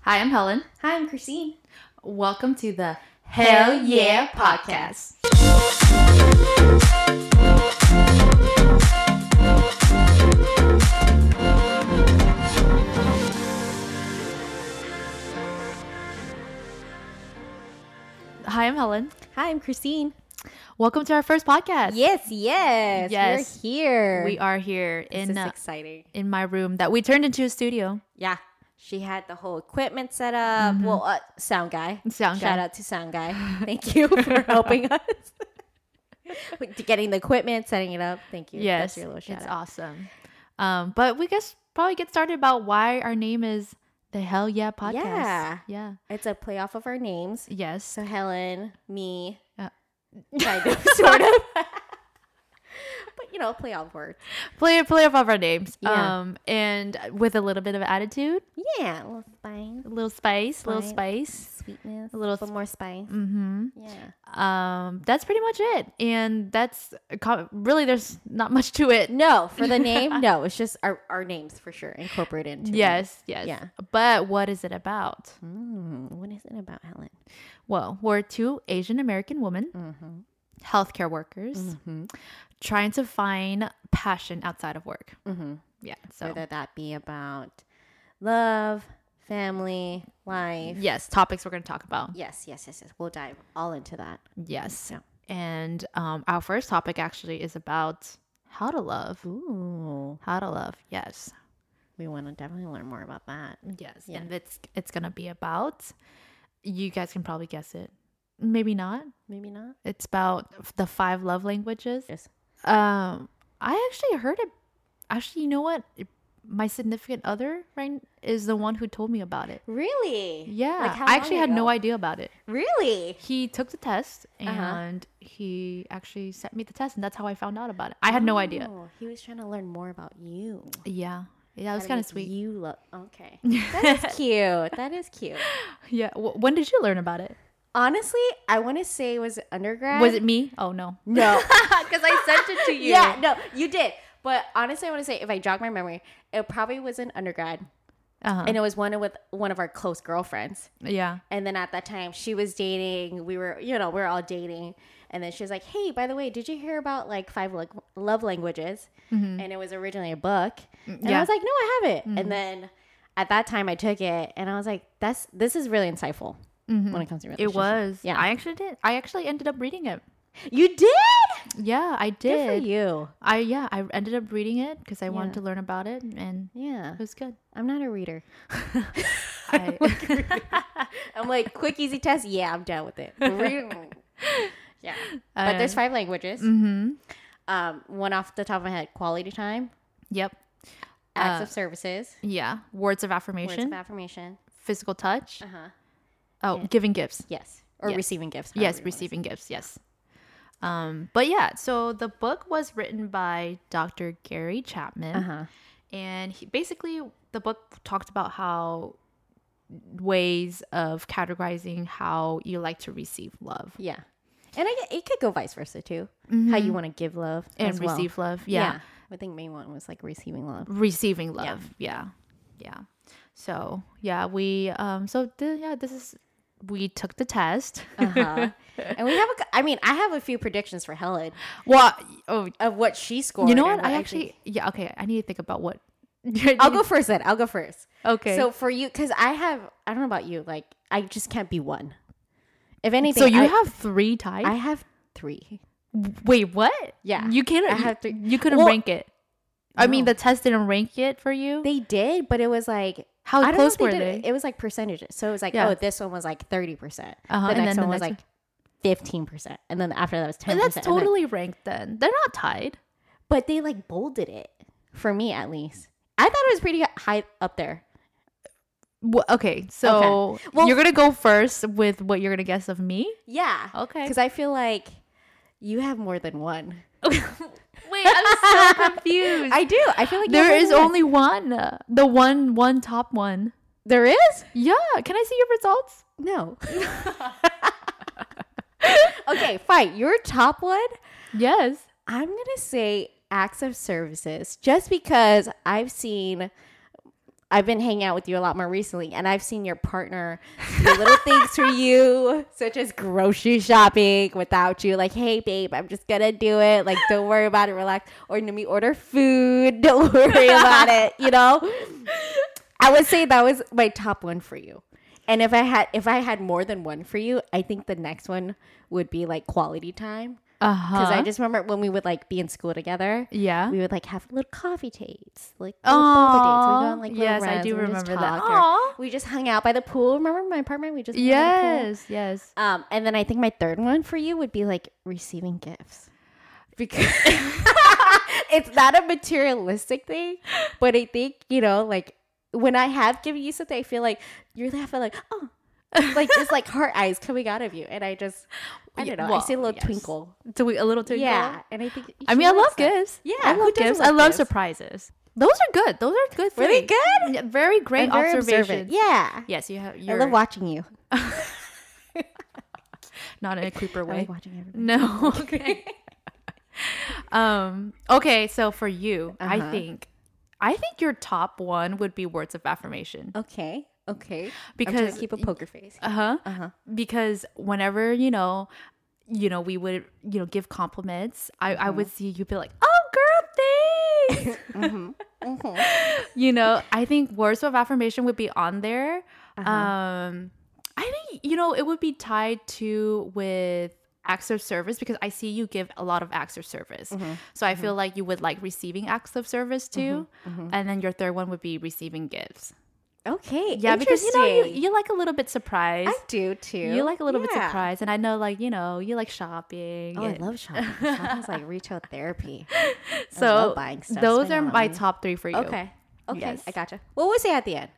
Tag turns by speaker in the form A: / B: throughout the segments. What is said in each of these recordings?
A: Hi, I'm Helen.
B: Hi, I'm Christine.
A: Welcome to the
B: Hell Yeah Podcast.
A: Hi, I'm Helen.
B: Hi, I'm Christine.
A: Welcome to our first podcast.
B: Yes, yes,
A: Yes.
B: We're here.
A: We are here
B: This
A: in
B: is
A: uh,
B: exciting.
A: in my room that we turned into a studio.
B: Yeah, she had the whole equipment set up. Well, uh, sound guy.
A: Mm-hmm. Sound
B: Shout
A: guy.
B: out to sound guy. Thank you for helping us. With Getting the equipment, setting it up. Thank you.
A: Yes,
B: That's your little shout
A: it's
B: out.
A: awesome. Um, but we guess probably get started about why our name is the Hell Yeah Podcast.
B: Yeah.
A: yeah,
B: It's a play off of our names.
A: yes.
B: So Helen, me,
A: Uh.
B: kind of, sort of. but you know, play off words.
A: Play play off of our names.
B: Yeah.
A: Um, and with a little bit of attitude,
B: Yeah, a little spice,
A: a little spice, a little spice.
B: sweetness,
A: A little
B: but more spice.
A: Mm-hmm.
B: Yeah.
A: Um, that's pretty much it, and that's a co- really there's not much to it.
B: No, for the name, no. It's just our, our names for sure incorporated into it.
A: Yes, yes.
B: Yeah.
A: But what is it about?
B: Mm, what is it about Helen?
A: Well, we're two Asian American women,
B: Mm-hmm.
A: healthcare workers, trying to find passion outside of work.
B: Mm-hmm.
A: Yeah. So,
B: Whether that be about love, family, life.
A: yes, topics we're going to talk about.
B: Yes, yes, yes, yes. We'll dive all into that.
A: Yes.
B: Yeah.
A: And um, our first topic actually is about how to love.
B: Ooh,
A: How to love. Yes.
B: we want to definitely learn more about that.
A: Yes. And it's it's going to be about you guys can probably guess it. Maybe not.
B: Maybe not.
A: It's about the five love languages.
B: Yes.
A: Um, I actually heard it. Actually, you know what? My significant other right is the one who told me about it.
B: Really?
A: Yeah,
B: Like, how
A: I actually
B: long
A: had no
B: ago? Uh-huh.
A: idea about it.
B: Really?
A: He took the test and he actually sent me the test, and that's how I found out about it. I had no idea.
B: Oh, he was trying to learn more about you.
A: Yeah, yeah, it was
B: How to
A: kind of
B: make
A: sweet.
B: You look okay. That is cute. That is cute.
A: Yeah. Wh- when did you learn about it?
B: Honestly, I want to say it was undergrad.
A: Was it me? Oh no.
B: No.
A: Because I sent it to you.
B: yeah, no, you did. But honestly, I want to say if I jog my memory, it probably was an undergrad,
A: Uh-huh.
B: and it was one with one of our close girlfriends.
A: yeah.
B: And then at that time, she was dating. We were, you know, we are all dating. And then she was like, "Hey, by the way, did you hear about like five like love languages?" And it was originally a book. And
A: Mm-hmm. Mm, yeah. Mm-hmm.
B: I was like, "No, I haven't." And then at that time, I took it, and I was like, "That's this is really insightful when it comes to
A: Mm-hmm. It
B: relationships."
A: was.
B: yeah.
A: I actually did. I actually ended up reading it.
B: you did.
A: Yeah, I
B: Good for
A: did.
B: you.
A: I yeah, I ended up reading it because I wanted
B: Yeah.
A: to learn about it, and
B: Yeah,
A: it was good.
B: I'm not a reader.
A: I,
B: I'm like, quick, easy test. Yeah, I'm done with it. yeah. But
A: Uh,
B: there's five languages.
A: mm-hmm.
B: Um, one off the top of my head quality time,
A: Yep.
B: acts of services,
A: Yeah. Words of Uh, affirmation,
B: words of affirmation.
A: physical touch.
B: Uh huh.
A: Oh, giving gifts.
B: Yes. Or
A: Yes.
B: receiving gifts.
A: Yes,
B: however you wanna say.
A: receiving gifts. Yes. Um, but yeah, so the book was written by Dr. Gary Chapman,
B: Uh-huh.
A: and he, basically the book talked about how ways of categorizing how you like to receive love
B: Yeah. And I, it could go vice versa too. How you want to give love
A: Mm-hmm. and
B: as well.
A: receive love. yeah.
B: Yeah. I think main one was like receiving love.
A: receiving love. Yeah. yeah. So, yeah, we um so th- yeah, this is we took the test.
B: Uh-huh. and we have a, c- I mean, I have a few predictions for Helen
A: well, oh,
B: of what she scored.
A: you know
B: and
A: what? I
B: think-
A: actually yeah, okay, I need to think about what
B: I'll go first then. I'll go first.
A: Okay.
B: So for you, because I have, I don't know about you, like I just can't be one. If anything,
A: So you
B: I,
A: have 3 types?
B: I have three.
A: Wait, what?
B: Yeah,
A: You can't
B: I have
A: you,
B: three-
A: you couldn't
B: Well-
A: rank it. I mean, the test didn't rank it for you?
B: They did, but it was like
A: How
B: I don't know
A: Oh, close
B: if they
A: were
B: did
A: they?
B: It. it was like percentages. So it was like,
A: Yeah.
B: oh, this one was like thirty percent.
A: Uh-huh,
B: The
A: and
B: next
A: then the
B: one was
A: next
B: like fifteen percent, and then after that was ten.
A: And that's totally ranked then. They're not tied.
B: But they like bolded it for me at least. I thought it was pretty high up there.
A: Wha- okay, so
B: Well-
A: you're going to go first with what you're going to guess of me?
B: Yeah.
A: Okay.
B: Because I feel like you have more than one.
A: Wait, I'm so confused.
B: I do. I feel like you have
A: There
B: more
A: is
B: than one.
A: only one. uh, The one, one top one.
B: there is
A: Yeah. Can I see your results?
B: No. okay, fine. Your top one,
A: Yes.
B: I'm going to say acts of services just because I've seen I've been hanging out with you a lot more recently, and I've seen your partner do little things for you, such as grocery shopping without you. Like, hey, babe, I'm just gonna do it. Like, don't worry about it. Relax. Or let me order food. Don't worry about it. You know, I would say that was my top one for you. And if I had if I had more than one for you, I think the next one would be like quality time.
A: Uh
B: Because I
A: huh.
B: just remember when we would like be in school together,
A: Yeah.
B: we would like have little coffee dates, like little boba dates. We go
A: Oh,
B: on like little
A: yes, I
B: runs
A: do
B: and we just
A: remember that.
B: talked or-
A: Aw.
B: we just hung out by the pool. Remember my apartment? We just hung out by the pool.
A: Yes, yes.
B: Um, and then I think my third one for you would be like receiving gifts.
A: Because
B: It's not a materialistic thing, but I think you know, like when I have given you something, I feel like you're laughing like oh, like it's like heart eyes coming out of you, and I just I
A: Yeah,
B: don't know,
A: well,
B: I see a little
A: yes.
B: twinkle.
A: do we a little too
B: Yeah, and I think
A: I
B: she
A: mean, I
B: likes
A: love
B: that.
A: gifts.
B: Yeah,
A: I
B: who
A: love
B: doesn't
A: gifts.
B: love
A: I love
B: gifts?
A: surprises. Those are good. Those are good.
B: Were they
A: things. Yeah, very great
B: And very
A: observations.
B: observant. Yeah,
A: Yes, you have.
B: I
A: You're
B: love watching you.
A: not in a creeper
B: I
A: way.
B: like watching everybody.
A: No. Okay. um. Okay. So for you, I
B: Uh-huh.
A: think, I think your top one would be words of affirmation.
B: Uh-huh. Okay, okay. I'm trying
A: Because
B: to keep a poker face.
A: Uh huh.
B: Uh-huh.
A: Because whenever you know, you know, we would you know give compliments. I
B: Mm-hmm.
A: I would see you be like, oh girl, thanks.
B: Mm-hmm,
A: You know, I think words of affirmation would be on there.
B: Uh-huh.
A: Um, I think you know it would be tied to with acts of service because I see you give a lot of acts of service.
B: Mm-hmm.
A: So I feel like you would like receiving acts of service too.
B: Mm-hmm.
A: And then your third one would be receiving gifts.
B: Okay.
A: Yeah, because you know you,
B: interesting.
A: you like a little bit surprised.
B: I do too.
A: You like a little bit
B: Yeah.
A: surprised, and I know, like you know, you like shopping.
B: Oh, I
A: and-
B: love shopping. Shopping's like retail therapy.
A: so
B: love buying stuff,
A: Those
B: spending
A: are
B: a lot of
A: my
B: money.
A: top three for you.
B: Okay. Okay.
A: Yes.
B: I gotcha. What was it at the end?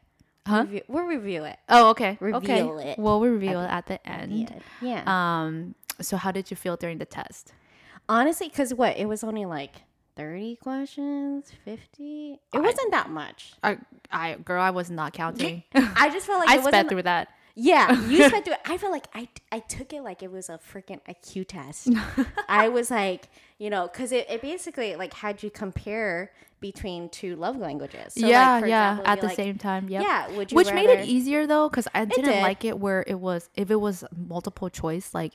A: Huh?
B: Review- we'll review it.
A: Oh, okay.
B: Reveal
A: okay.
B: it
A: We'll reveal it at the
B: at the
A: end.
B: end. Yeah.
A: Um. So, how did you feel during the test?
B: Honestly, because what? It was only like 30 questions, 50. It wasn't that much.
A: I, I girl, I was not counting.
B: I just felt like
A: I
B: it
A: sped
B: wasn't.
A: through that.
B: Yeah, you spent through it. I felt like I, I took it like it was a freaking IQ test. I was like, you know, because it, it basically like had you compare between two love languages. So, like,
A: yeah,
B: for
A: yeah.
B: example,
A: at
B: you,
A: the
B: like-
A: same time, yep.
B: Yeah, would you
A: Which made it e-,
B: rather-
A: easier though, because I didn't
B: did.
A: like it where it was if it was multiple choice, like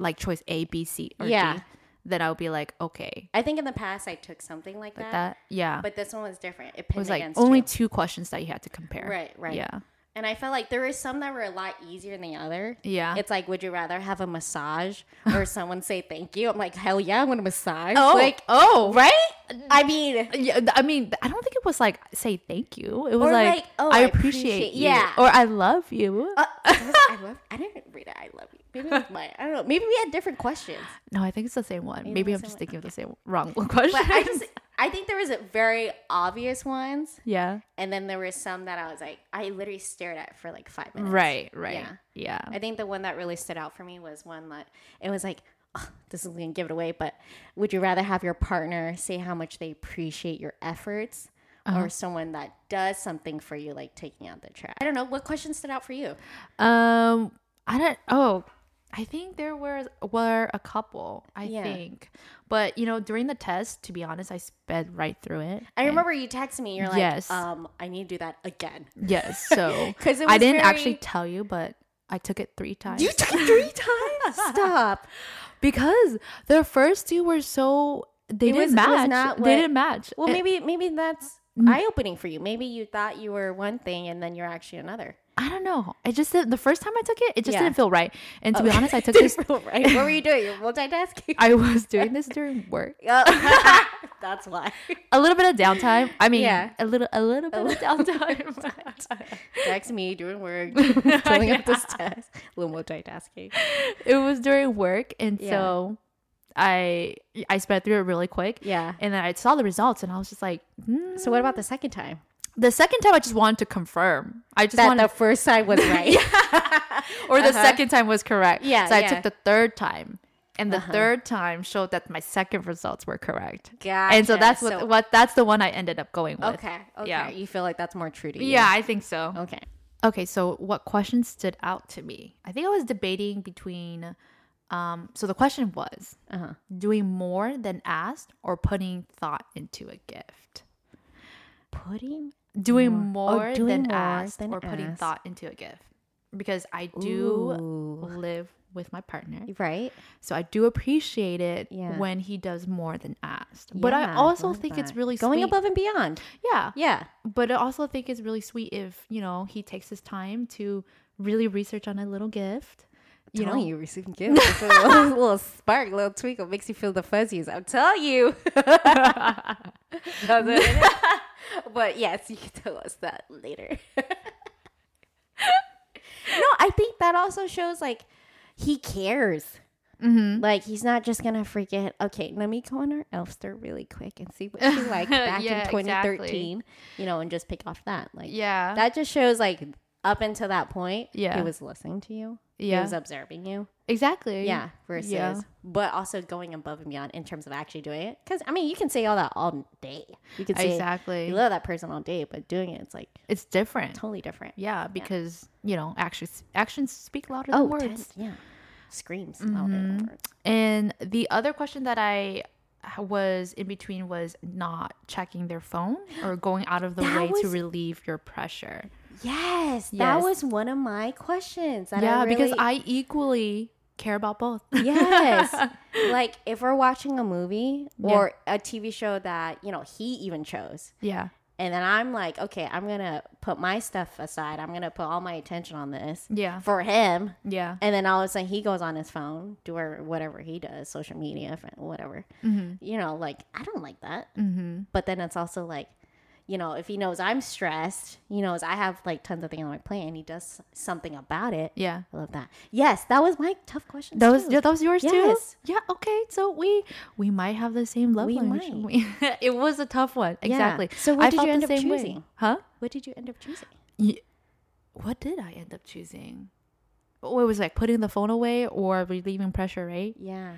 A: like choice A, B, C, or
B: Yeah.
A: D, then I would be like, okay,
B: I think in the past I took something like that,
A: that yeah.
B: but this one was different. It
A: it
B: pinned
A: was like
B: against
A: only
B: you.
A: two questions that you had to compare.
B: Right, right.
A: Yeah.
B: and I felt like there were some that were a lot easier than the other.
A: Yeah.
B: It's like, would you rather have a massage or someone say thank you? I'm like, hell yeah, I want a massage.
A: Oh,
B: like,
A: oh, right.
B: I mean,
A: Yeah, th- I mean, I don't think it was like say thank you. It was
B: Or,
A: like,
B: like, oh,
A: I
B: I
A: appreciate
B: appreciate-
A: you,
B: yeah.
A: or I love you.
B: uh, I love. I didn't read it. I love you. Maybe it was my. I don't know. Maybe we had different questions.
A: no, I think it's the same one. Maybe
B: the
A: I'm
B: same
A: just
B: one.
A: thinking of the same wrong question.
B: But I just. I think there was a very obvious ones,
A: yeah,
B: and then there were some that I was like, I literally stared at for like five minutes.
A: right, right, yeah.
B: I think the one that really stood out for me was one that it was like, oh, this is gonna give it away, but would you rather have your partner say how much they appreciate your efforts
A: Uh-huh.
B: or someone that does something for you, like taking out the trash? I don't know. What question stood out for you?
A: Um, I don't. Oh, I think there were were a couple. I
B: Yeah.
A: think, but you know, during the test, to be honest, I sped right through it.
B: I remember you texted me. You're like,
A: Yes.
B: um, I need to do that again.
A: Yes, so
B: 'Cause it
A: I
B: was
A: didn't actually
B: very-
A: tell you, but I took it three times.
B: You took it three times. Stop.
A: because the first two were so they didn't
B: was- it was
A: match.
B: not
A: they
B: what-
A: didn't match.
B: Well,
A: And
B: maybe maybe that's
A: mm.
B: eye opening for you. Maybe you thought you were one thing and then you're actually another.
A: I don't know. It just did, the first time I took it, it just
B: Yeah. Oh.
A: didn't feel right. And to be honest, I took this.
B: right? What were you doing? You're multitasking.
A: I was doing this during work.
B: Oh, that's why.
A: A little bit of downtime. I mean,
B: Yeah.
A: a little, a little bit of downtime.
B: Text me doing work, filling up this test. A little multitasking.
A: it was during work and
B: Yeah.
A: so i i sped through it really quick
B: Yeah.
A: and then i saw the results and i was just like hmm.
B: Eh, So what about the second time?
A: the second time i just wanted to confirm i just
B: That
A: wanted
B: the first time was right.
A: or the
B: uh-huh.
A: second time was correct Uh-huh.
B: Yeah,
A: so i
B: yeah.
A: took the third time and the third time showed that my second results were correct and so
B: Gotcha.
A: that's what
B: So-
A: what that's the one i ended up going with
B: Okay. Okay.
A: Yeah.
B: You feel like that's more true to you.
A: yeah i think so
B: Okay.
A: Okay, so what question stood out to me? I think I was debating between. Um, so the question was
B: Uh-huh.
A: doing more than asked or putting thought into a gift.
B: Putting
A: doing
B: More.
A: more,
B: Oh, doing
A: than
B: more
A: asked
B: than
A: or putting
B: asked.
A: thought into a gift because I do
B: Ooh.
A: live with my partner.
B: right?
A: So I do appreciate it
B: Yeah.
A: when he does more than asked. But I
B: Yeah,
A: also
B: love
A: think it's
B: that.
A: really
B: going
A: sweet.
B: above and beyond.
A: Yeah.
B: Yeah,
A: But I also think it's really sweet if, you know, he takes his time to really research on a little gift. You know,
B: telling you receiving gifts. It's a little, little spark, little twinkle makes you feel the fuzzies. I'll tell you. That's what it is. but yes, you can tell us that later. no, I think that also shows like he cares.
A: Mm-hmm.
B: Like he's not just gonna forget. Okay, let me go on our Elfster really quick and see what she liked back
A: Yeah,
B: in
A: exactly.
B: 2013. You know, and just pick off that. Like
A: yeah.
B: that just shows like up until that point,
A: Yeah.
B: he was listening to you. He
A: Yeah.
B: was observing you.
A: exactly.
B: Yeah, versus,
A: Yeah.
B: but also going above and beyond in terms of actually doing it. Because I mean, you can say all that all day. You can say
A: Exactly.
B: you love that person all day, but doing it, it's like
A: it's different.
B: totally different.
A: Yeah, because, you know, actions actions speak louder
B: Oh,
A: than words.
B: ten- yeah, screams louder than words.
A: Mm-hmm. And the other question that I was in between was not checking their phone or going out of the
B: That
A: way to
B: was-
A: relieve your pressure.
B: Yes, that
A: Yes.
B: was one of my questions. That
A: yeah,
B: I really,
A: because I equally care about both.
B: yes, like if we're watching a movie
A: Yeah.
B: or a TV show that you know he even chose,
A: yeah.
B: and then I'm like, okay, I'm gonna put my stuff aside. I'm gonna put all my attention on this
A: Yeah.
B: for him.
A: Yeah.
B: And then all of a sudden he goes on his phone, do or whatever he does, social media, fr- whatever. You know, like I don't like that.
A: Mm-hmm.
B: But then it's also like, you know, if he knows I'm stressed, he knows I have like tons of things on my plate, and he does something about it.
A: Yeah.
B: I love that. Yes, that was my tough question.
A: That was
B: too.
A: yeah, that was yours
B: Yes.
A: too. Yeah. Okay. So we we might have the same love
B: We
A: language.
B: might.
A: We- it was a tough one. Exactly.
B: So what did
A: felt
B: you end
A: the
B: up
A: same way.
B: choosing?
A: Huh?
B: What did you end up choosing?
A: Ye- What did I end up choosing? Oh, it was like putting the phone away or relieving pressure, right?
B: Yeah,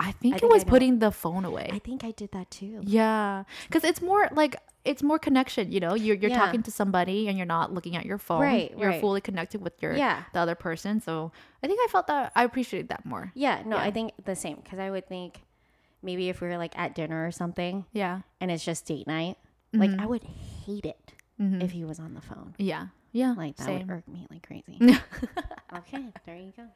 A: I think it
B: think I
A: was
B: know.
A: putting the phone away.
B: I think I did that too.
A: yeah, because it's more like it's more connection. You know, you're you're
B: Yeah.
A: talking to somebody and you're not looking at your phone.
B: Right,
A: you're
B: right.
A: fully connected with your
B: Yeah.
A: the other person. So I think I felt that I appreciated that more.
B: Yeah, no,
A: Yeah.
B: I think the same because I would think maybe if we were like at dinner or something
A: Yeah,
B: and it's just date night,
A: Mm-hmm.
B: like I would hate it if he was on the phone.
A: yeah, yeah.
B: Like that
A: same.
B: would irk me like crazy. okay, there you go.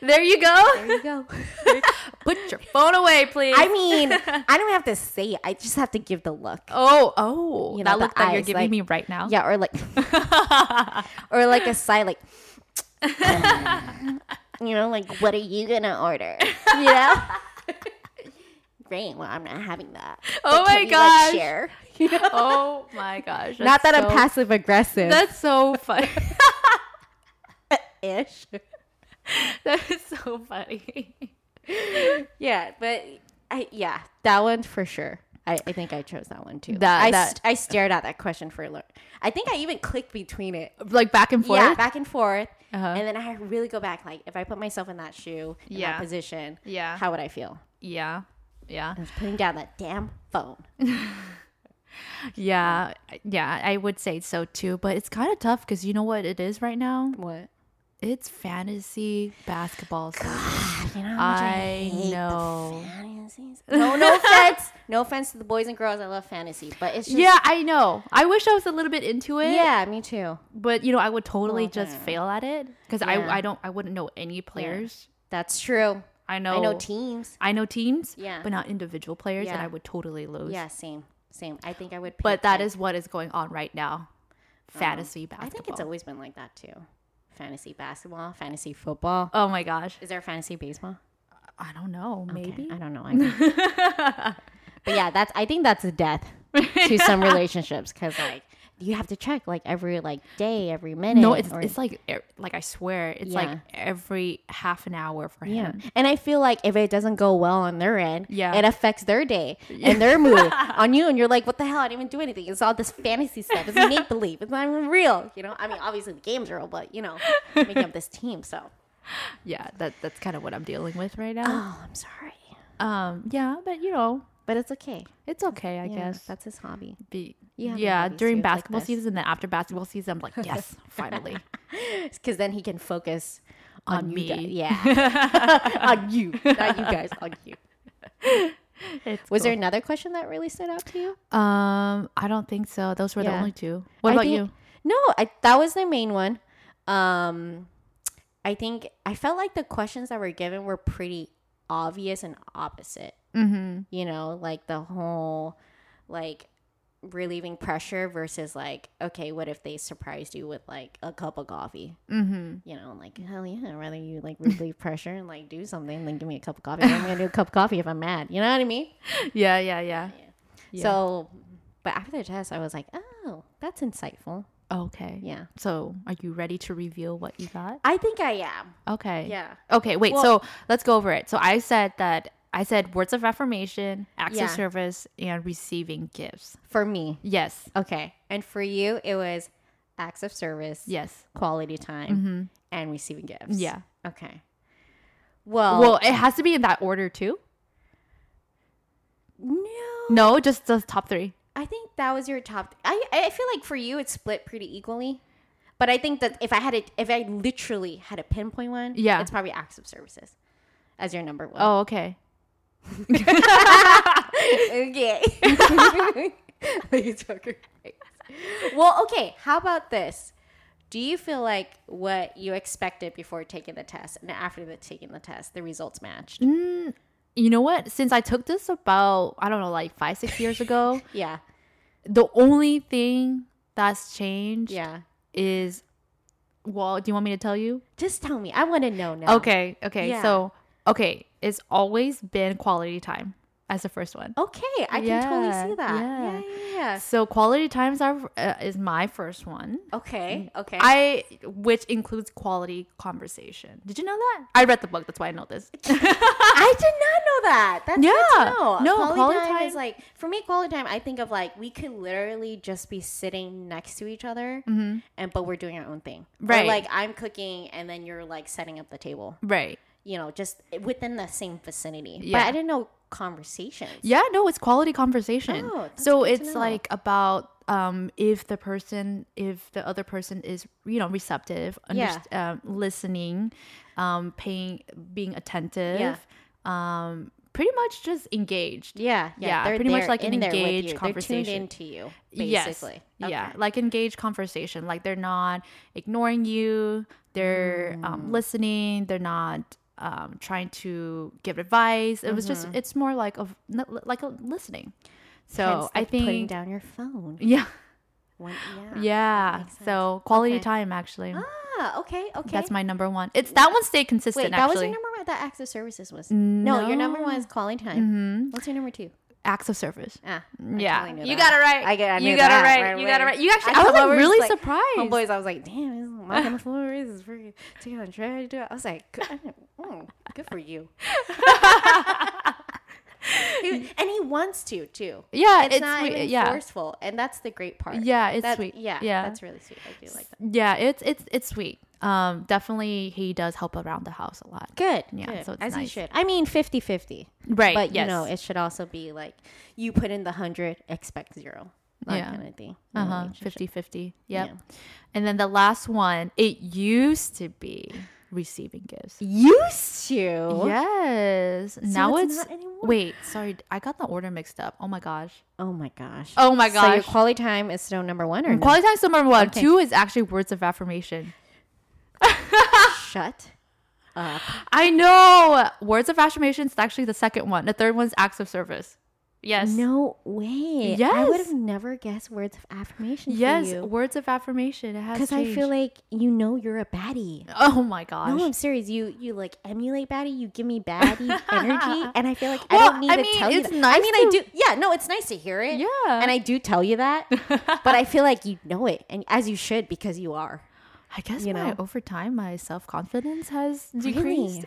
A: there you go.
B: There you go.
A: Put your phone away, please.
B: I mean, I don't have to say it. I just have to give the look.
A: oh, oh,
B: You know,
A: that
B: the
A: look that you're
B: eyes,
A: giving
B: like-
A: me right now.
B: Yeah, or like or like a sigh like you know, like what are you gonna order? You know? Great. Well, I'm not having that.
A: Oh
B: But can
A: my
B: you, like,
A: gosh.
B: share?
A: Oh my gosh.
B: Not that
A: that's
B: I'm
A: so-
B: passive aggressive.
A: That's so funny.
B: ish.
A: that is so funny.
B: Yeah, but I yeah, that one for sure. I, I think I chose that one too.
A: That-
B: I,
A: that-
B: st- I stared at that question for a lo- I think I even clicked between it.
A: like back and forth.
B: Yeah, back and forth.
A: Uh-huh.
B: And then I really go back. Like, if I put myself in that shoe, in
A: Yeah.
B: that position,
A: Yeah.
B: how would I feel?
A: yeah. Yeah.
B: I was putting down that damn phone.
A: Yeah. Yeah. I would say so too, but it's kind of tough because you know what it is right now?
B: What?
A: It's fantasy basketball. season.
B: You know, how much
A: I
B: hate the
A: know.
B: fantasies. No, no offense. No offense to the boys and girls. I love fantasy, but it's just
A: Yeah, I know. I wish I was a little bit into it,
B: yeah, me too.
A: but you know, I would totally
B: Well,
A: just
B: yeah.
A: fail at it because
B: Yeah.
A: I, I don't, I wouldn't know any players.
B: That's true.
A: I know,
B: I know teams.
A: I know teams,
B: Yeah.
A: but not individual players, and
B: Yeah.
A: I would totally lose.
B: Yeah, same, same. I think I would. Pick
A: But that
B: like-
A: is what is going on right now. Fantasy
B: Uh-huh. I
A: basketball.
B: think it's always been like that too. Fantasy basketball, fantasy football.
A: Oh my gosh.
B: Is there fantasy baseball?
A: I don't know.
B: Okay,
A: Maybe.
B: I don't know. I don't- but yeah, that's. I think that's a death to some relationships because like you have to check like every like day, every minute.
A: No, it's
B: or-
A: it's like e- like I swear it's
B: Yeah.
A: like every half an hour for him.
B: yeah. And I feel like if it doesn't go well on their end,
A: Yeah.
B: it affects their day and their mood on you. And you're like, what the hell? I didn't even do anything. It's all this fantasy stuff. It's make believe. It's not even real. You know. I mean, obviously the game's real, but you know, making up this team. So
A: Yeah, that that's kind of what I'm dealing with right now.
B: oh, I'm sorry,
A: Um, yeah, but you know,
B: but it's okay.
A: it's okay, I
B: Yeah,
A: guess.
B: that's his hobby.
A: Be,
B: You have
A: yeah,
B: hobbies
A: during
B: too, like
A: basketball
B: this.
A: season and then after basketball season, I'm like, yes, finally
B: because then he can focus on,
A: on
B: you guys.
A: me.
B: Yeah, on you, not you guys, on you.
A: It's
B: Was there
A: cool.
B: another question that really stood out to you?
A: Um, I don't think so. Those were the
B: Yeah.
A: only two. What
B: I
A: about
B: think-
A: you?
B: No, I, that was the main one. Um, I think I felt like the questions that were given were pretty obvious and opposite.
A: Mm-hmm.
B: You know, like the whole like relieving pressure versus like, okay, what if they surprised you with like a cup of coffee?
A: Mm-hmm.
B: You know, like hell yeah, I'd rather you like relieve pressure and like do something than give me a cup of coffee. I'm gonna do a cup of coffee if I'm mad. You know what I mean?
A: Yeah, yeah, yeah. Yeah.
B: So, but after the test, I was like, oh, that's insightful.
A: Okay.
B: Yeah.
A: So, are you ready to reveal what you got?
B: I think I am.
A: Okay.
B: Yeah.
A: Okay, wait.
B: Well-
A: so, let's go over it. So, I said that I said words of affirmation, acts
B: Yeah.
A: of service, and receiving gifts.
B: For me.
A: Yes.
B: Okay. And for you, it was acts of service,
A: Yes.
B: quality time, and receiving gifts.
A: Mm-hmm. Yeah.
B: Okay. Well,
A: Well, it has to be in that order too.
B: no.
A: No, just the top 3.
B: I think that was your top. I, I feel like for you, it's split pretty equally. But I think that if I had it, if I literally had a pinpoint one,
A: Yeah.
B: it's probably acts of services as your number one.
A: Oh, okay.
B: okay. Like, Tucker. well, okay. How about this? Do you feel like what you expected before taking the test and after the taking the test, the results matched?
A: Mm, you know what? Since I took this about, I don't know, like 5 6 years ago,
B: Yeah.
A: the only thing that's changed
B: Yeah.
A: is well, do you want me to tell you?
B: Just tell me. I want to know now.
A: Okay, okay.
B: Yeah.
A: So, okay, it's always been quality time as the first one.
B: Okay. I can
A: Yeah,
B: totally see that.
A: yeah.
B: Yeah. yeah, yeah.
A: So, quality times are uh, is my first one.
B: Okay. Okay.
A: Mm. I which includes quality conversation. Did you know that? I read the book, that's why I know this.
B: I did not know that. That's
A: Yeah.
B: good to know.
A: No,
B: quality,
A: quality
B: time, is
A: time-
B: like for me. Quality time, I think of like we could literally just be sitting next to each other, and but we're doing our own thing. Or,
A: Mm-hmm. Right.
B: like I'm cooking, and then you're like setting up the table.
A: right.
B: You know, just within the same vicinity.
A: Yeah.
B: But I didn't know conversations.
A: Yeah, no, it's quality conversation.
B: Oh, that's
A: so
B: good to
A: it's
B: know.
A: like about um, if the person, if the other person is, you know, receptive, underst- um, listening, um, paying, being attentive, um, pretty much just engaged.
B: Yeah,
A: Yeah, pretty much like an
B: in there with
A: engaged
B: you. They're
A: conversation.
B: tuned into you,
A: Yes.
B: basically.
A: Yeah,
B: Okay.
A: like engaged conversation. Like they're not ignoring you. They're
B: Mm.
A: um, listening. They're not um, trying to give advice. It was just.
B: Mm-hmm.
A: It's more like of like a listening.
B: Hence
A: So
B: the
A: I think.
B: putting down your phone.
A: Yeah.
B: When- yeah.
A: Yeah.
B: makes sense.
A: So quality
B: Okay.
A: time actually.
B: Ah, okay, okay.
A: That's my number one. It's that one stayed consistent
B: Wait, that was
A: actually.
B: your number one. That acts of services was. No, your number one is calling time. What's your number two?
A: Mm-hmm. Acts of service.
B: Ah,
A: yeah. you got it right.
B: I get- I
A: you
B: knew
A: got
B: that
A: it right.
B: right
A: You got it
B: away.
A: right. You actually
B: I
A: I, was
B: come
A: like
B: over,
A: really
B: just like,
A: surprised.
B: Homeboys, I was like, damn, this is Mark on the floor. This is freaking taking on trash. dude." I was like, good, I don't- mm, good for you. He- and he wants to too.
A: Yeah,
B: It's,
A: it's
B: not
A: sweet,
B: even
A: yeah.
B: forceful, and that's the great part.
A: Yeah, it's
B: That-
A: sweet.
B: Yeah,
A: Yeah.
B: that's really sweet. I do like that.
A: Yeah, it's it's it's sweet. Um definitely he does help around the house a lot.
B: Good.
A: Yeah,
B: good.
A: so it's
B: as you
A: nice.
B: should. I mean, 50-50.
A: Right.
B: But
A: yes.
B: you know, it should also be like you put in the hundred, expect zero. That
A: Yeah.
B: kind of thing. in a
A: uh-huh.
B: relationship.
A: 50 50. Yep.
B: Yeah.
A: And then the last one, it used to be receiving gifts.
B: Used to.
A: Yes. now
B: it's
A: it's,
B: not anymore?
A: wait, sorry, I got the order mixed up. Oh my gosh.
B: Oh my gosh.
A: Oh my
B: So your
A: gosh. Mm,
B: quality time is still number one or no?
A: Quality time's number one.
B: Okay.
A: Two is actually words of affirmation.
B: shut up.
A: I know words of affirmation is actually the second one. The third one's acts of service. Yes.
B: No way. I
A: Yes.
B: would have never guessed words of affirmation.
A: Yes,
B: Yes.
A: words of affirmation. It has
B: Because I feel
A: changed.
B: like you know you're a baddie.
A: Oh my gosh.
B: No, I'm serious. You you like emulate baddie. You give me baddie energy, and I feel like I
A: Well,
B: don't need
A: I
B: to
A: mean,
B: tell you.
A: it's
B: that. I
A: nice
B: mean, I
A: to-
B: do. Yeah, no, it's nice to hear it.
A: Yeah.
B: and I do tell you that, but I feel like you know it, and as you should because you are.
A: I guess
B: you
A: my
B: know.
A: over time my self confidence has
B: Really?
A: decreased.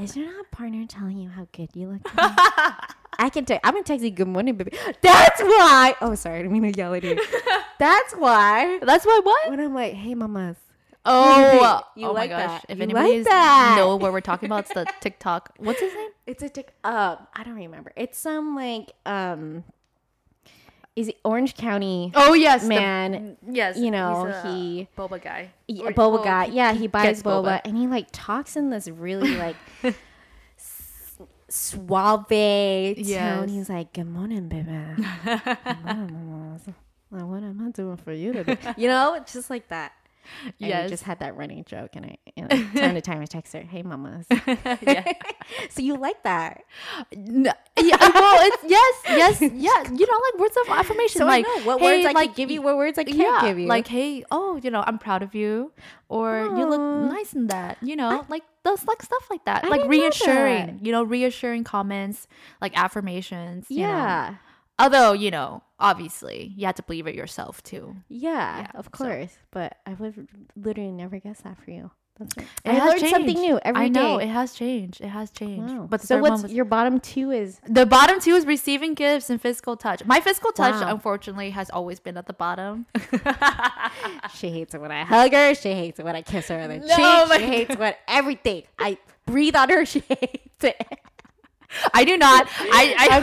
B: Is your not partner telling you how good you look? today? I can tell. I'm gonna text you good morning, baby. That's why. Oh, sorry, I didn't mean to yell at you. That's why
A: That's why what?
B: when I'm like, "Hey, mamas,"
A: Oh,
B: You
A: oh
B: like
A: my gosh.
B: that.
A: If
B: You
A: anybody
B: like that.
A: know what we're talking about, it's the TikTok. What's his name?
B: it's a tick. Uh, I don't remember. It's some like um, is it Orange County
A: Oh yes. the-
B: man?
A: yes.
B: you know,
A: he's a
B: he-
A: boba guy.
B: y-
A: Or-
B: boba
A: oh,
B: guy. Yeah, he buys
A: gets
B: boba,
A: boba.
B: and he like talks in this really like s- suave tone.
A: Yes.
B: He's like, "Good morning, baby. Good morning, mama. what am I doing for you today?" you know, just like that. And we
A: Yes.
B: just had that running joke, and I and like, time to time I text her, "Hey, mamas."
A: yeah.
B: so you like that?
A: No, yeah, well, it's yes, yes, yeah. You know, like words of affirmation.
B: So
A: like,
B: I know what
A: hey,
B: words I
A: like,
B: can give you, what words I can't
A: yeah,
B: give you.
A: like, hey, oh, you know, I'm proud of you, or you
B: Aw.
A: look nice in that. You know, like those, like stuff like that,
B: I
A: like
B: didn't know
A: reassuring.
B: that.
A: You know, reassuring comments, like affirmations. you know.
B: yeah.
A: Although you know, obviously, you have to believe it yourself too.
B: Yeah,
A: Yeah,
B: of
A: so-
B: course. But I would literally never guess that for you. That's it.
A: It
B: I
A: has
B: learned something
A: changed.
B: new every day.
A: I know it has changed. It has changed.
B: Wow.
A: But the
B: so
A: third one
B: what's
A: was
B: your bottom two is
A: The bottom two is receiving gifts and physical touch. My physical touch,
B: Wow.
A: unfortunately, has always been at the bottom.
B: she hates it when I hug her. She hates it when I kiss her on the
A: No, oh
B: cheek.
A: my
B: She hates what everything I breathe on her. She hates it.
A: I do not. I, I
B: I'm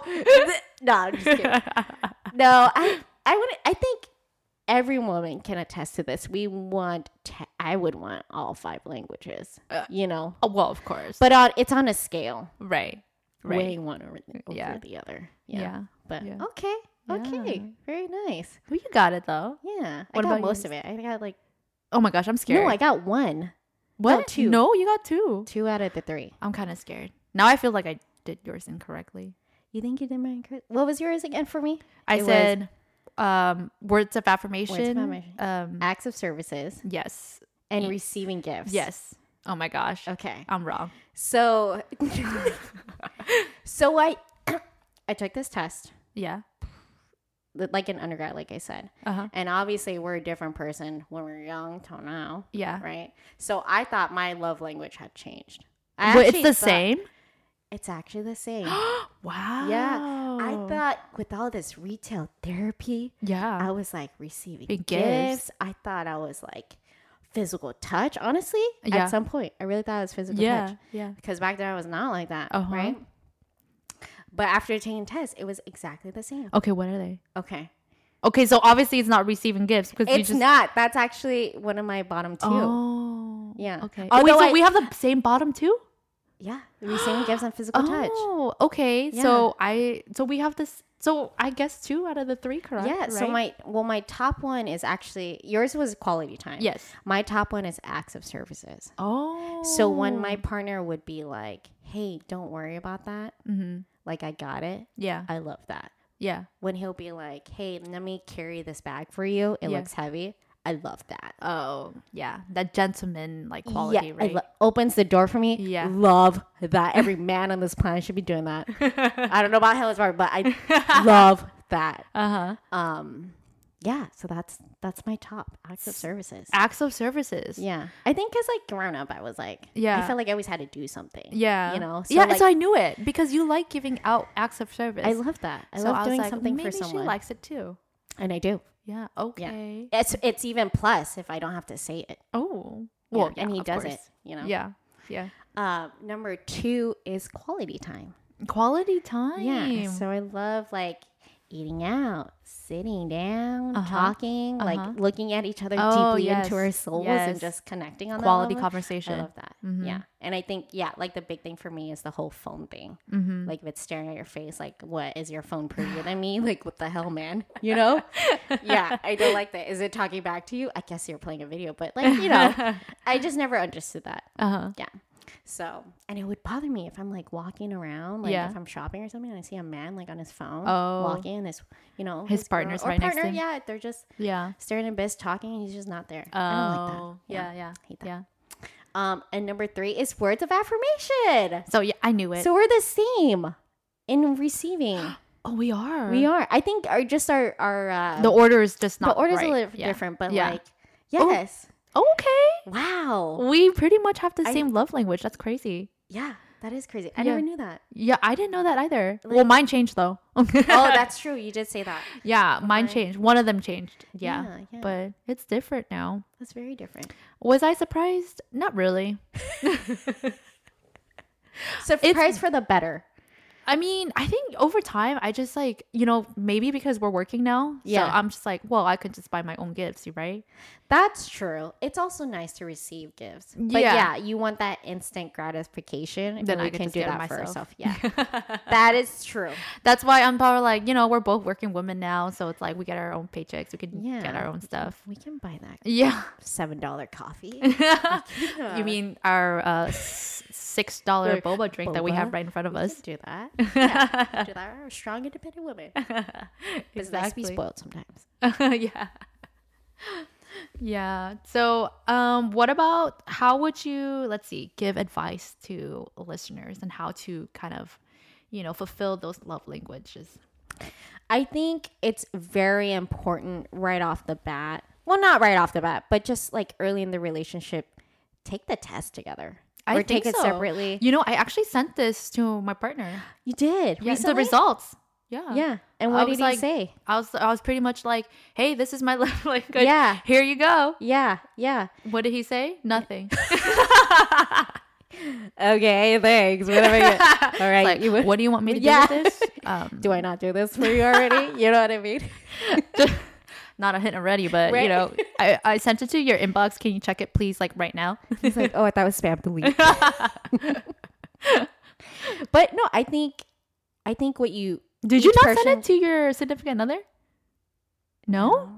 A: don't-
B: kidding. Although, th- no, I'm just kidding. No, I I would I think every woman can attest to this. We want. Te- I would want all five languages.
A: Uh,
B: you know,
A: Oh, well, of course.
B: but on it's on a scale.
A: right. Right. Mm,
B: Way one over, over
A: Yeah.
B: the other.
A: Yeah.
B: But
A: Yeah.
B: okay. Okay.
A: Yeah.
B: Very nice.
A: Well, you got it though.
B: Yeah. I
A: What
B: got
A: about
B: most
A: yours?
B: of it. I got like
A: Oh my gosh, I'm scared.
B: No, I got one.
A: what?
B: no, two.
A: No, you got two.
B: Two out of the three.
A: I'm kind of scared now. I feel like I did yours incorrectly.
B: You think you did mine correct? What was yours again for me?
A: I
B: It was
A: said um, words of affirmation.
B: affirmation.
A: Um,
B: acts of services
A: yes.
B: and receiving gifts.
A: Yes. Oh my gosh.
B: Okay.
A: I'm wrong.
B: So So I I took this test
A: Yeah.
B: li- like an undergrad like I said.
A: Uh huh.
B: And obviously we're a different person when we're young till now,
A: Yeah.
B: right? So I thought my love language had changed. I
A: But it's
B: actually
A: the
B: thought-
A: same.
B: It's actually the same.
A: wow.
B: Yeah. I thought with all this retail therapy,
A: Yeah.
B: I was like receiving
A: Big
B: gifts.
A: gifts.
B: I thought I was like physical touch, honestly,
A: Yeah.
B: at some point. I really thought it was physical touch.
A: Yeah.
B: Because back then I was not like that,
A: Uh-huh.
B: right? But after taking tests, it was exactly the same.
A: Okay. What are they?
B: Okay.
A: Okay. So obviously it's not receiving gifts because Oh. you
B: It's
A: just.
B: not. That's actually one of my bottom two.
A: Oh.
B: Yeah.
A: Okay. Oh, wait,
B: Although
A: so
B: I-
A: we have the same bottom too.
B: Yeah. Receiving gifts and physical touch.
A: Oh. Okay. So I. So we have this. So I guess two out of the three, correct?
B: Yeah. So
A: right?
B: my well, my top one is actually yours was quality time.
A: Yes.
B: My top one is acts of services.
A: Oh.
B: So when my partner would be like, "Hey, don't worry about that.
A: Mm-hmm.
B: Like I got it.
A: Yeah.
B: I love that."
A: Yeah.
B: When he'll be like, "Hey, let me carry this bag for you. It
A: Yeah.
B: looks heavy." I love that.
A: Oh. Yeah. That gentleman like quality,
B: yeah, I
A: right?
B: lo- opens the door for me.
A: Yeah.
B: love that. Every man on this planet should be doing that. I don't know about Helen part, but I love that.
A: uh huh.
B: Um, yeah. So that's that's my top acts of services.
A: Acts of services.
B: Yeah, I think because like growing up, I was like, I
A: Yeah.
B: felt like I always had to do something.
A: Yeah.
B: you know.
A: yeah.
B: like,
A: so I knew it because you like giving out acts of service.
B: I love that. I love
A: was
B: doing
A: like,
B: something
A: maybe
B: for someone,
A: She likes it too.
B: and I do.
A: Yeah. Okay.
B: It's it's even plus if I don't have to say it.
A: Oh.
B: you
A: Well,
B: know, and
A: yeah,
B: he
A: of
B: does
A: course.
B: it. You know.
A: Yeah. Yeah.
B: Uh, number two is quality time.
A: Quality time.
B: Yeah. So I love like eating out, sitting down,
A: Uh-huh.
B: talking,
A: Uh-huh.
B: like looking at each other
A: Oh,
B: deeply
A: yes.
B: into our souls and
A: Yes.
B: just connecting on that
A: Quality
B: level. I
A: conversation.
B: love that.
A: Mhm.
B: Yeah. And I think, yeah, like the big thing for me is the whole phone thing.
A: Mm-hmm.
B: Like if it's staring at your face, like what is your phone prettier than me? Like what the hell, man? You know? yeah, I don't like that. Is it talking back to you? I guess you're playing a video, but like you know, I just never understood that.
A: Uh huh.
B: Yeah. So and it would bother me if I'm like walking around, like
A: Yeah.
B: if I'm shopping or something, and I see a man like on his phone
A: Oh.
B: walking, and his you know
A: His
B: girl-
A: partner's
B: or
A: right next to him.
B: Yeah, they're just
A: Yeah.
B: staring at biz talking, and he's just not there.
A: Oh.
B: I don't like that.
A: Yeah. Yeah.
B: hate that.
A: Yeah.
B: Um, and number three is words of affirmation.
A: So yeah, I knew it.
B: So we're the same in receiving.
A: oh, we are.
B: we are. I think our just our our uh,
A: The order is just
B: the
A: not.
B: orders
A: right.
B: a little
A: Yeah.
B: different, but
A: Yeah.
B: like yes,
A: Okay.
B: wow,
A: We pretty much have the
B: I-
A: same love language. That's crazy.
B: yeah, that is crazy. I
A: Yeah.
B: never knew that.
A: Yeah, I didn't know that either. well, mine changed though. oh,
B: Oh, that's true. You did say that.
A: yeah, mine
B: Right.
A: changed. One of them changed. Yeah.
B: Yeah, yeah.
A: But it's different now.
B: That's very different.
A: Was I surprised? Not really.
B: Surprise for the better.
A: I mean, I think over time, I just like, you know, maybe because we're working now.
B: Yeah.
A: So I'm just like, well, I could just buy my own gifts, right?
B: That's true. It's also nice to receive gifts. But
A: Yeah.
B: yeah, you want that instant gratification.
A: Then
B: Then
A: I
B: we
A: could
B: can
A: just
B: do
A: get it
B: that for
A: myself.
B: ourselves. Yeah. that is true.
A: That's why I'm probably like, you know, we're both working women now. So it's like we get our own paychecks, we can
B: Yeah.
A: get our own stuff.
B: We can buy that
A: Yeah.
B: seven dollar coffee.
A: You mean our uh, s- six dollar
B: Like,
A: boba drink that we have
B: boba?
A: right in front of us?
B: do that. Yeah, we can do that. We're strong, independent women. It's nice to be
A: Exactly.
B: spoiled sometimes.
A: yeah. Yeah. So, um, what about how would you, let's see, give advice to listeners and how to kind of, you know, fulfill those love languages?
B: I think it's very important right off the bat. Well, not right off the bat, but just like early in the relationship, take the test together.
A: I
B: or
A: think
B: take it
A: so.
B: separately.
A: You know, I actually sent this to my partner.
B: You did.
A: Yeah, the
B: recently?
A: results. Yeah.
B: Yeah. And
A: I
B: what
A: was
B: did
A: like-
B: you say?
A: I was I was pretty much like, "Hey, this is my love language.
B: Yeah.
A: Here you go."
B: Yeah, yeah.
A: What did he say? Nothing.
B: Okay, thanks. What am I gonna- All right.
A: like,
B: you would-
A: what do you want me to
B: Yeah.
A: do with this? Um,
B: do I not do this for you already? you know what I mean?
A: not a hit already, but you
B: Right.
A: know, I, I sent it to your inbox. Can you check it, please, like right now?
B: He's like, oh, I thought it was spam delete. but no, I think, I think what you
A: Did you
B: Each
A: not send
B: person-
A: it to your significant other? No,
B: Oh,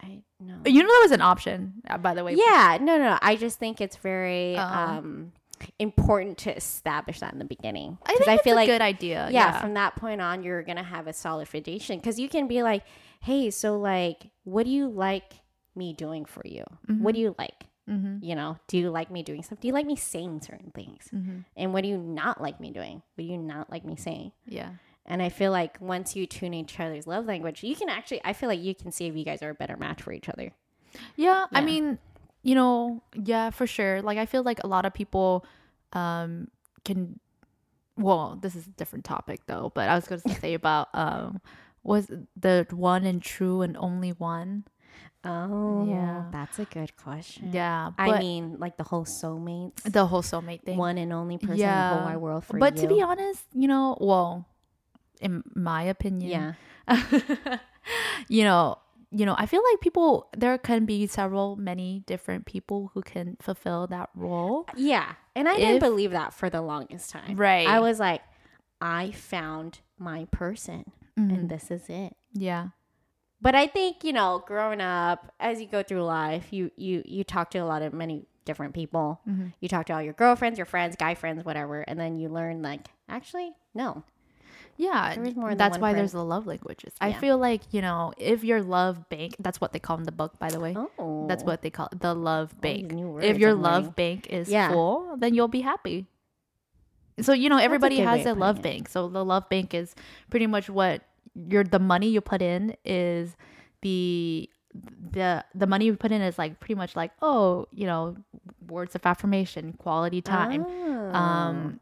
B: I know.
A: you know that was an option. uh, By the way,
B: yeah, no, no. I just think it's very
A: Oh.
B: um, important to establish that in the beginning
A: I think
B: I
A: it's
B: feel
A: a
B: like
A: good idea.
B: yeah, from that point on you're gonna have a solid foundation because you can be like hey so like what do you like me doing for you
A: Mm-hmm.
B: what do you like
A: Mhm.
B: you know do you like me doing stuff do you like me saying certain things
A: Mhm.
B: and what do you not like me doing what do you not like me saying
A: yeah,
B: and i feel like once you tune each other's love language you can actually i feel like you can see if you guys are a better match for each other
A: yeah. I
B: Yeah.
A: mean, you know, yeah, for sure. Like I feel like a lot of people um can. Well, this is a different topic though, but I was going to say about um was the one and true and only one.
B: oh
A: Yeah.
B: that's a good question
A: Yeah, but
B: i mean like the whole soulmates
A: the whole soulmate thing.
B: one and only person in the
A: Yeah.
B: whole wide world for
A: but
B: you
A: to be honest, you know, well, in my opinion,
B: yeah
A: you know, you know, I feel like people there can be several, many different people who can fulfill that role.
B: Yeah. And I didn't
A: If-
B: believe that for the longest time.
A: Right.
B: I was like, I found my person
A: Mm-hmm.
B: and this is it.
A: Yeah,
B: But I think, you know, growing up, as you go through life, you you you talk to a lot of many different people.
A: Mm-hmm.
B: You talk to all your girlfriends, your friends, guy friends, whatever, and then you learn like, actually, no.
A: yeah.
B: There is more than
A: that's
B: one
A: why
B: friend.
A: there's the love languages. I
B: Yeah.
A: feel like you know, if your love bank, that's what they call in the book, by the way.
B: Oh.
A: That's what they call it, the love bank.
B: new words
A: If your
B: I'm learning.
A: love bank is
B: Yeah.
A: full, then you'll be happy. So you know everybody
B: good way
A: has
B: of
A: a
B: putting
A: love
B: it.
A: bank. So the love bank is pretty much what your the money you put in is the the the money you put in is like pretty much like oh you know words of affirmation, quality time,
B: Oh.
A: um,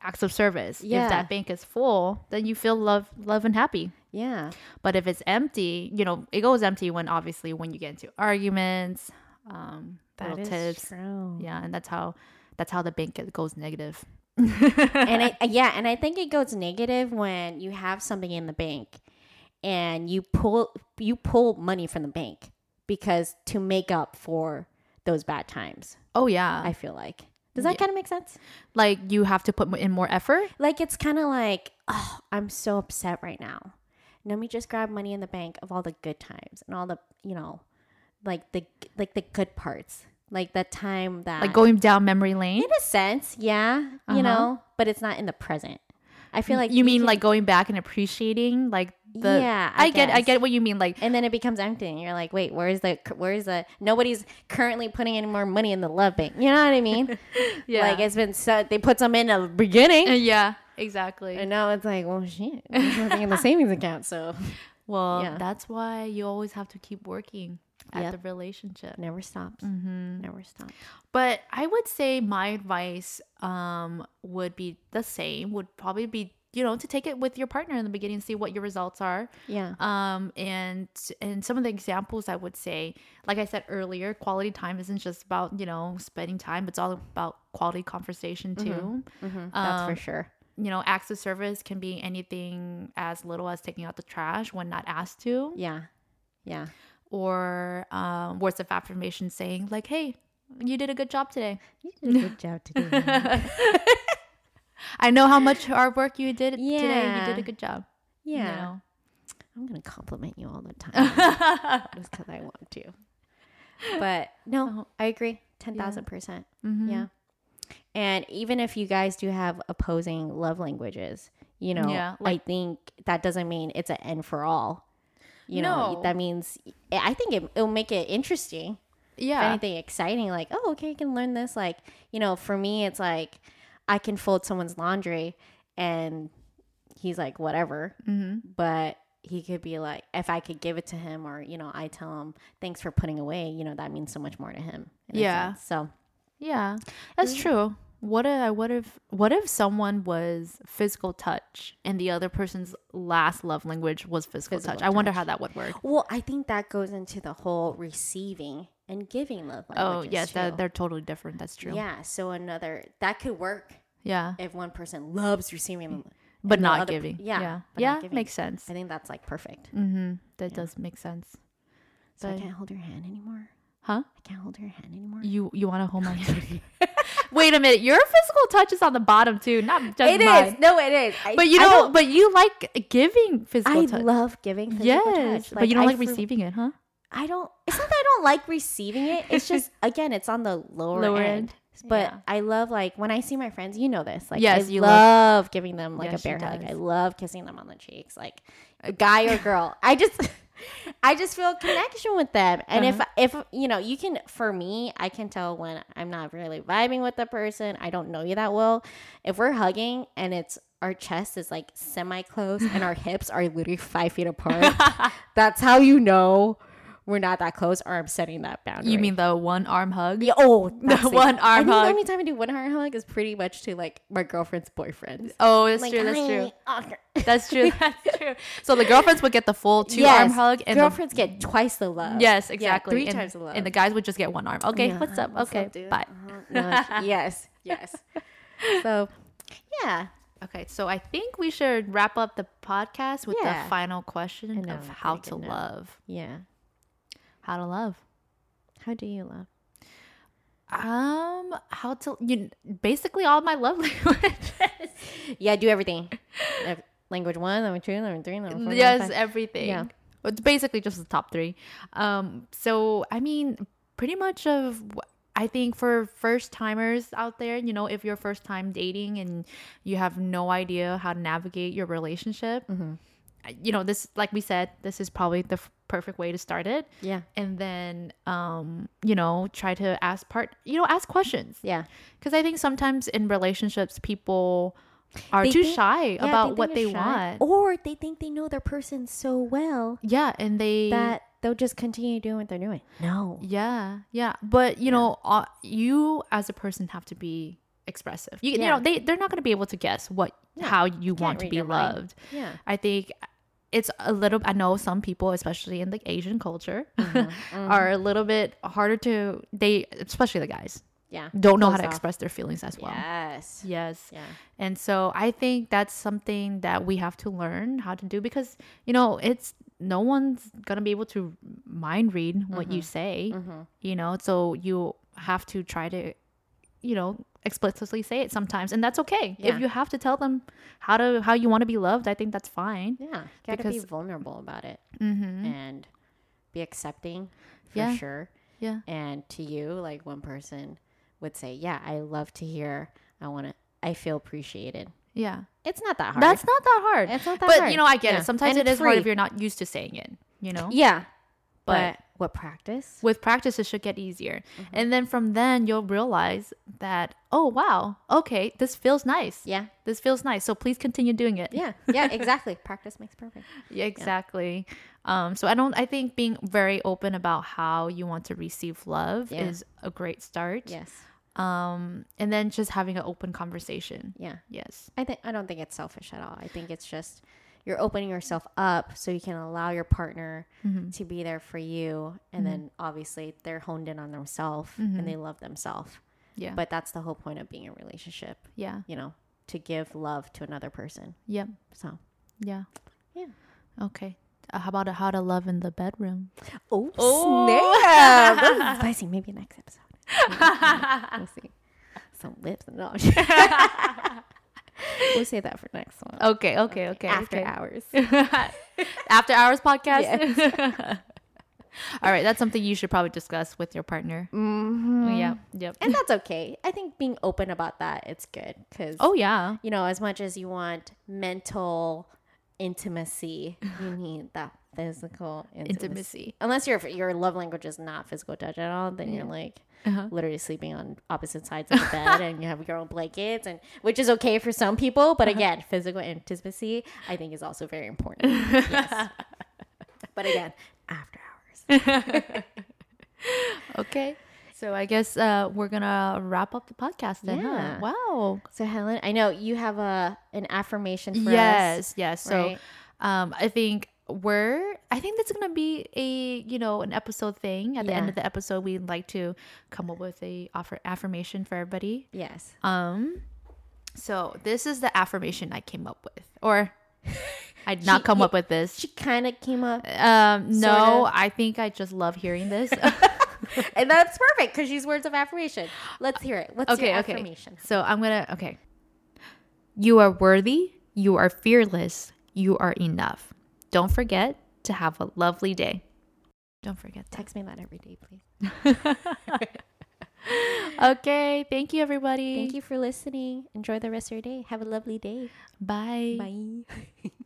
A: acts of service.
B: Yeah.
A: If that bank is full, then you feel love love and happy.
B: yeah.
A: But if it's empty, you know, it goes empty when obviously when you get into arguments, um,
B: That
A: little
B: is
A: tips,
B: true.
A: yeah, and that's how that's how the bank it goes negative.
B: and I yeah, and I think it goes negative when you have something in the bank and you pull you pull money from the bank because to make up for those bad times.
A: Oh yeah,
B: I feel like does that kind of make sense?
A: like you have to put in more effort.
B: Like it's kind of like oh, I'm so upset right now. Let me just grab money in the bank of all the good times and all the you know, like the like the good parts, like the time that
A: Like going down memory lane.
B: in a sense, yeah, you know, but it's not in the present. I feel like
A: you mean
B: can-
A: like going back and appreciating like the
B: Yeah,
A: I,
B: I
A: get I
B: guess.
A: get what you mean like
B: and then it becomes empty and you're like wait where's the where's the nobody's currently putting any more money in the love bank you know what i mean
A: yeah
B: like it's been so they put some in the beginning
A: yeah exactly
B: and now it's like well shit there's nothing in the savings account so
A: well
B: Yeah.
A: that's why you always have to keep working at
B: Yep.
A: the relationship
B: never stops never stops
A: But I would say my advice um, would be the same, would probably be, you know, to take it with your partner in the beginning and see what your results are.
B: yeah
A: Um, and and some of the examples I would say, like I said earlier, quality time isn't just about, you know, spending time, it's all about quality conversation too.
B: Mm-hmm.
A: Um,
B: that's for sure
A: you know, acts of service can be anything as little as taking out the trash when not asked to,
B: Yeah. Yeah.
A: or um, words of affirmation saying, like, hey, you did a good job today.
B: You did a good job today.
A: I know how much hard work you did today. You
B: Yeah.
A: did a good job. you
B: Yeah.
A: know?
B: I'm gonna compliment you all the time just because I want to. But no, I agree, ten thousand percent.
A: Mm-hmm.
B: Yeah. And even if you guys do have opposing love languages, you know,
A: Yeah,
B: I think that doesn't mean it's an end for all. You
A: No.
B: know, that means eh, I think it, it'll make it interesting if
A: Yeah.
B: anything exciting like oh okay i can learn this like you know for me it's like i can fold someone's laundry and he's like whatever
A: Mm-hmm.
B: but he could be like if i could give it to him or you know i tell him thanks for putting away you know that means so much more to him in a
A: Yeah.
B: sense. so
A: Yeah.
B: Mm-hmm.
A: That's true. What if what if what if someone was physical touch and the other person's last love language was physical, touch? I wonder how that would work.
B: well i think that goes into the whole receiving and giving love
A: Oh
B: languages,
A: yes, that,
B: too.
A: they're totally different. That's true.
B: yeah so another that could work
A: Yeah.
B: if one person loves receiving
A: But
B: and the
A: not
B: other-
A: giving.
B: yeah,
A: Yeah.
B: but
A: Yeah.
B: not giving.
A: Makes sense.
B: i think that's like perfect
A: Mm-hmm. That does make sense.
B: so i
A: But-
B: can't hold your hand anymore
A: Huh?
B: I can't hold your hand anymore.
A: You you want to hold my hand? Wait a minute. Your physical touch is on the bottom too, not just
B: It is
A: mine.
B: No, it is. I,
A: But you
B: I
A: don't, But you like giving
B: I,
A: physical touch.
B: love giving physical
A: yes,
B: touch.
A: but you don't
B: I
A: like
B: fr-
A: receiving it, huh?
B: I don't. It's not that I don't like receiving it. It's just again, it's on the lower,
A: Lower
B: end.
A: end.
B: But
A: Yeah.
B: I love like when I see my friends. You know this. Like
A: Yes,
B: I
A: you
B: love,
A: love-
B: giving them like
A: Yes,
B: a
A: she
B: bear hug.
A: does.
B: I love kissing them on the cheeks, like a guy or girl. I just. I just feel connection with them, and
A: Uh-huh.
B: if if you know, you can for me, I can tell when I'm not really vibing with the person. I don't know you that well. If we're hugging and it's our chest is like semi close and our hips are literally five feet apart, that's how you know we're not that close or I'm setting that boundary.
A: You mean the one arm hug?
B: Yeah, oh, that's
A: The
B: it.
A: one
B: I
A: arm
B: think the
A: hug.
B: only time I do one arm hug is pretty much to like my girlfriend's boyfriend.
A: Oh, that's
B: Like, oh,
A: true. That's
B: "Hi,
A: true.
B: awkward."
A: That's true. That's true. So the girlfriends would get the full two arm
B: Yes,
A: hug, and the,
B: girlfriends get twice the love.
A: yes,
B: Yeah,
A: exactly.
B: three
A: and,
B: times the love.
A: and the guys would just get one arm. Okay,
B: Yeah.
A: what's up? okay,
B: dude?
A: bye.
B: Uh-huh. No, yes, yes. So, yeah,
A: Okay, so I think we should wrap up the podcast with
B: Yeah.
A: the final question
B: know,
A: of
B: I'm
A: how
B: pretty
A: to
B: good now.
A: love.
B: yeah.
A: How to love.
B: How do you love?
A: Um, how to you basically all my love languages.
B: Yeah, do everything. Ev- language one, language two, language three, language four. language
A: yes
B: five.
A: everything
B: Yeah.
A: it's basically just the top three um so i mean pretty much of wh- i think for first timers out there you know if you're first time dating and you have no idea how to navigate your relationship I- you know this like we said this is probably the f- perfect way to start it
B: Yeah,
A: and then um you know try to ask part you know ask questions
B: yeah.
A: because i think sometimes in relationships people are
B: They
A: too
B: think-
A: shy
B: Yeah,
A: about
B: think
A: what they
B: you're shy, Oh,
A: want
B: or they think they know their person so well
A: yeah and they
B: that they'll just continue doing what they're doing. No.
A: Yeah, yeah, but you know, uh, you as a person have to be expressive. You, you
B: Yeah.
A: know, they they're not going to be able to guess what how you want to
B: read
A: be
B: your mind.
A: loved.
B: Yeah.
A: I think it's a little. I know some people, especially in the Asian culture,
B: Mm-hmm,
A: are a little bit harder to. They, especially the guys,
B: Yeah.
A: don't know how
B: Closed
A: to
B: off.
A: express their feelings as well.
B: Yes.
A: Yes.
B: Yeah.
A: And so I think that's something that we have to learn how to do because, you know, it's no one's going to be able to mind read what
B: Mm-hmm.
A: you say, you know, so you have to try to, you know, explicitly say it sometimes and that's okay.
B: Yeah.
A: If you have to tell them how to how you want to be loved, I think that's fine.
B: Yeah. Gotta
A: Because-
B: be vulnerable about it
A: Mhm.
B: and be accepting for
A: Yeah.
B: sure.
A: Yeah.
B: And to you, like one person would say, Yeah, I love to hear. I want to, I feel appreciated.
A: Yeah.
B: It's not that hard.
A: That's not that hard.
B: It's not that
A: but
B: hard.
A: you know, I get
B: Yeah.
A: it. Sometimes it
B: And it's
A: is hard
B: free.
A: if you're not used to saying it, you know.
B: yeah.
A: But-
B: But, what practice?
A: with practice it should get easier
B: Mm-hmm.
A: and then from then you'll realize that oh wow okay this feels nice
B: Yeah.
A: this feels nice so please continue doing it
B: Yeah. Yeah. Exactly. practice makes perfect.
A: Yeah, exactly um so i don't i think being very open about how you want to receive love
B: Yeah.
A: is a great start
B: Yes.
A: um and then just having an open conversation
B: Yeah.
A: yes
B: I think I don't think it's selfish at all. I think it's just you're opening yourself up so you can allow your partner
A: Mm-hmm.
B: to be there for you, and then obviously they're honed in on themselves and they love themselves.
A: Mm-hmm. yeah
B: But that's the whole point of being in a relationship,
A: yeah
B: you know, to give love to another person.
A: Yep.
B: So,
A: Yeah.
B: Yeah.
A: Okay. Uh, how about how to love in the bedroom?
B: oh,
A: Oh.
B: snap! That was spicy. Maybe next episode. We'll see. Some lips. No, I'm just- we'll say that for next one.
A: okay. Okay. Okay.
B: Oh, After
A: okay.
B: hours.
A: After hours podcast. All right, that's something you should probably discuss with your partner. Mm-hmm. Yep. Yep.
B: and that's okay. I think being open about that it's good because
A: oh yeah.
B: you know as much as you want mental intimacy, you need that physical intimacy.
A: Intimacy.
B: Unless your your love language is not physical touch at all, then you're like
A: Uh-huh.
B: literally sleeping on opposite sides of the bed, and you have your own blankets, and which is okay for some people.
A: Uh-huh.
B: But again, physical intimacy I think is also very important. yes. But again, after hours.
A: Okay. So I guess uh, we're gonna wrap up the podcast then. huh?
B: Yeah.
A: Wow.
B: So Helen, I know you have a an affirmation for us.
A: yes. Yes. So
B: right?
A: um, I think we're. I think that's gonna be a you know an episode thing. At the end
B: Yeah.
A: of the episode, we'd like to come up with a offer affirmation for everybody.
B: Yes.
A: Um, so this is the affirmation I came up with, or I did not come up with this.
B: she kind of came up,
A: Um, no,
B: sorta.
A: I think I just love hearing this.
B: and that's perfect because she's words of affirmation. Let's hear it. What's
A: okay,
B: your
A: okay.
B: affirmation?
A: So I'm gonna okay. You are worthy. You are fearless. You are enough. Don't forget to have a lovely day. Don't forget to.
B: Text me that every day, please.
A: Okay, thank you everybody.
B: Thank you for listening. Enjoy the rest of your day. Have a lovely day.
A: Bye.
B: Bye.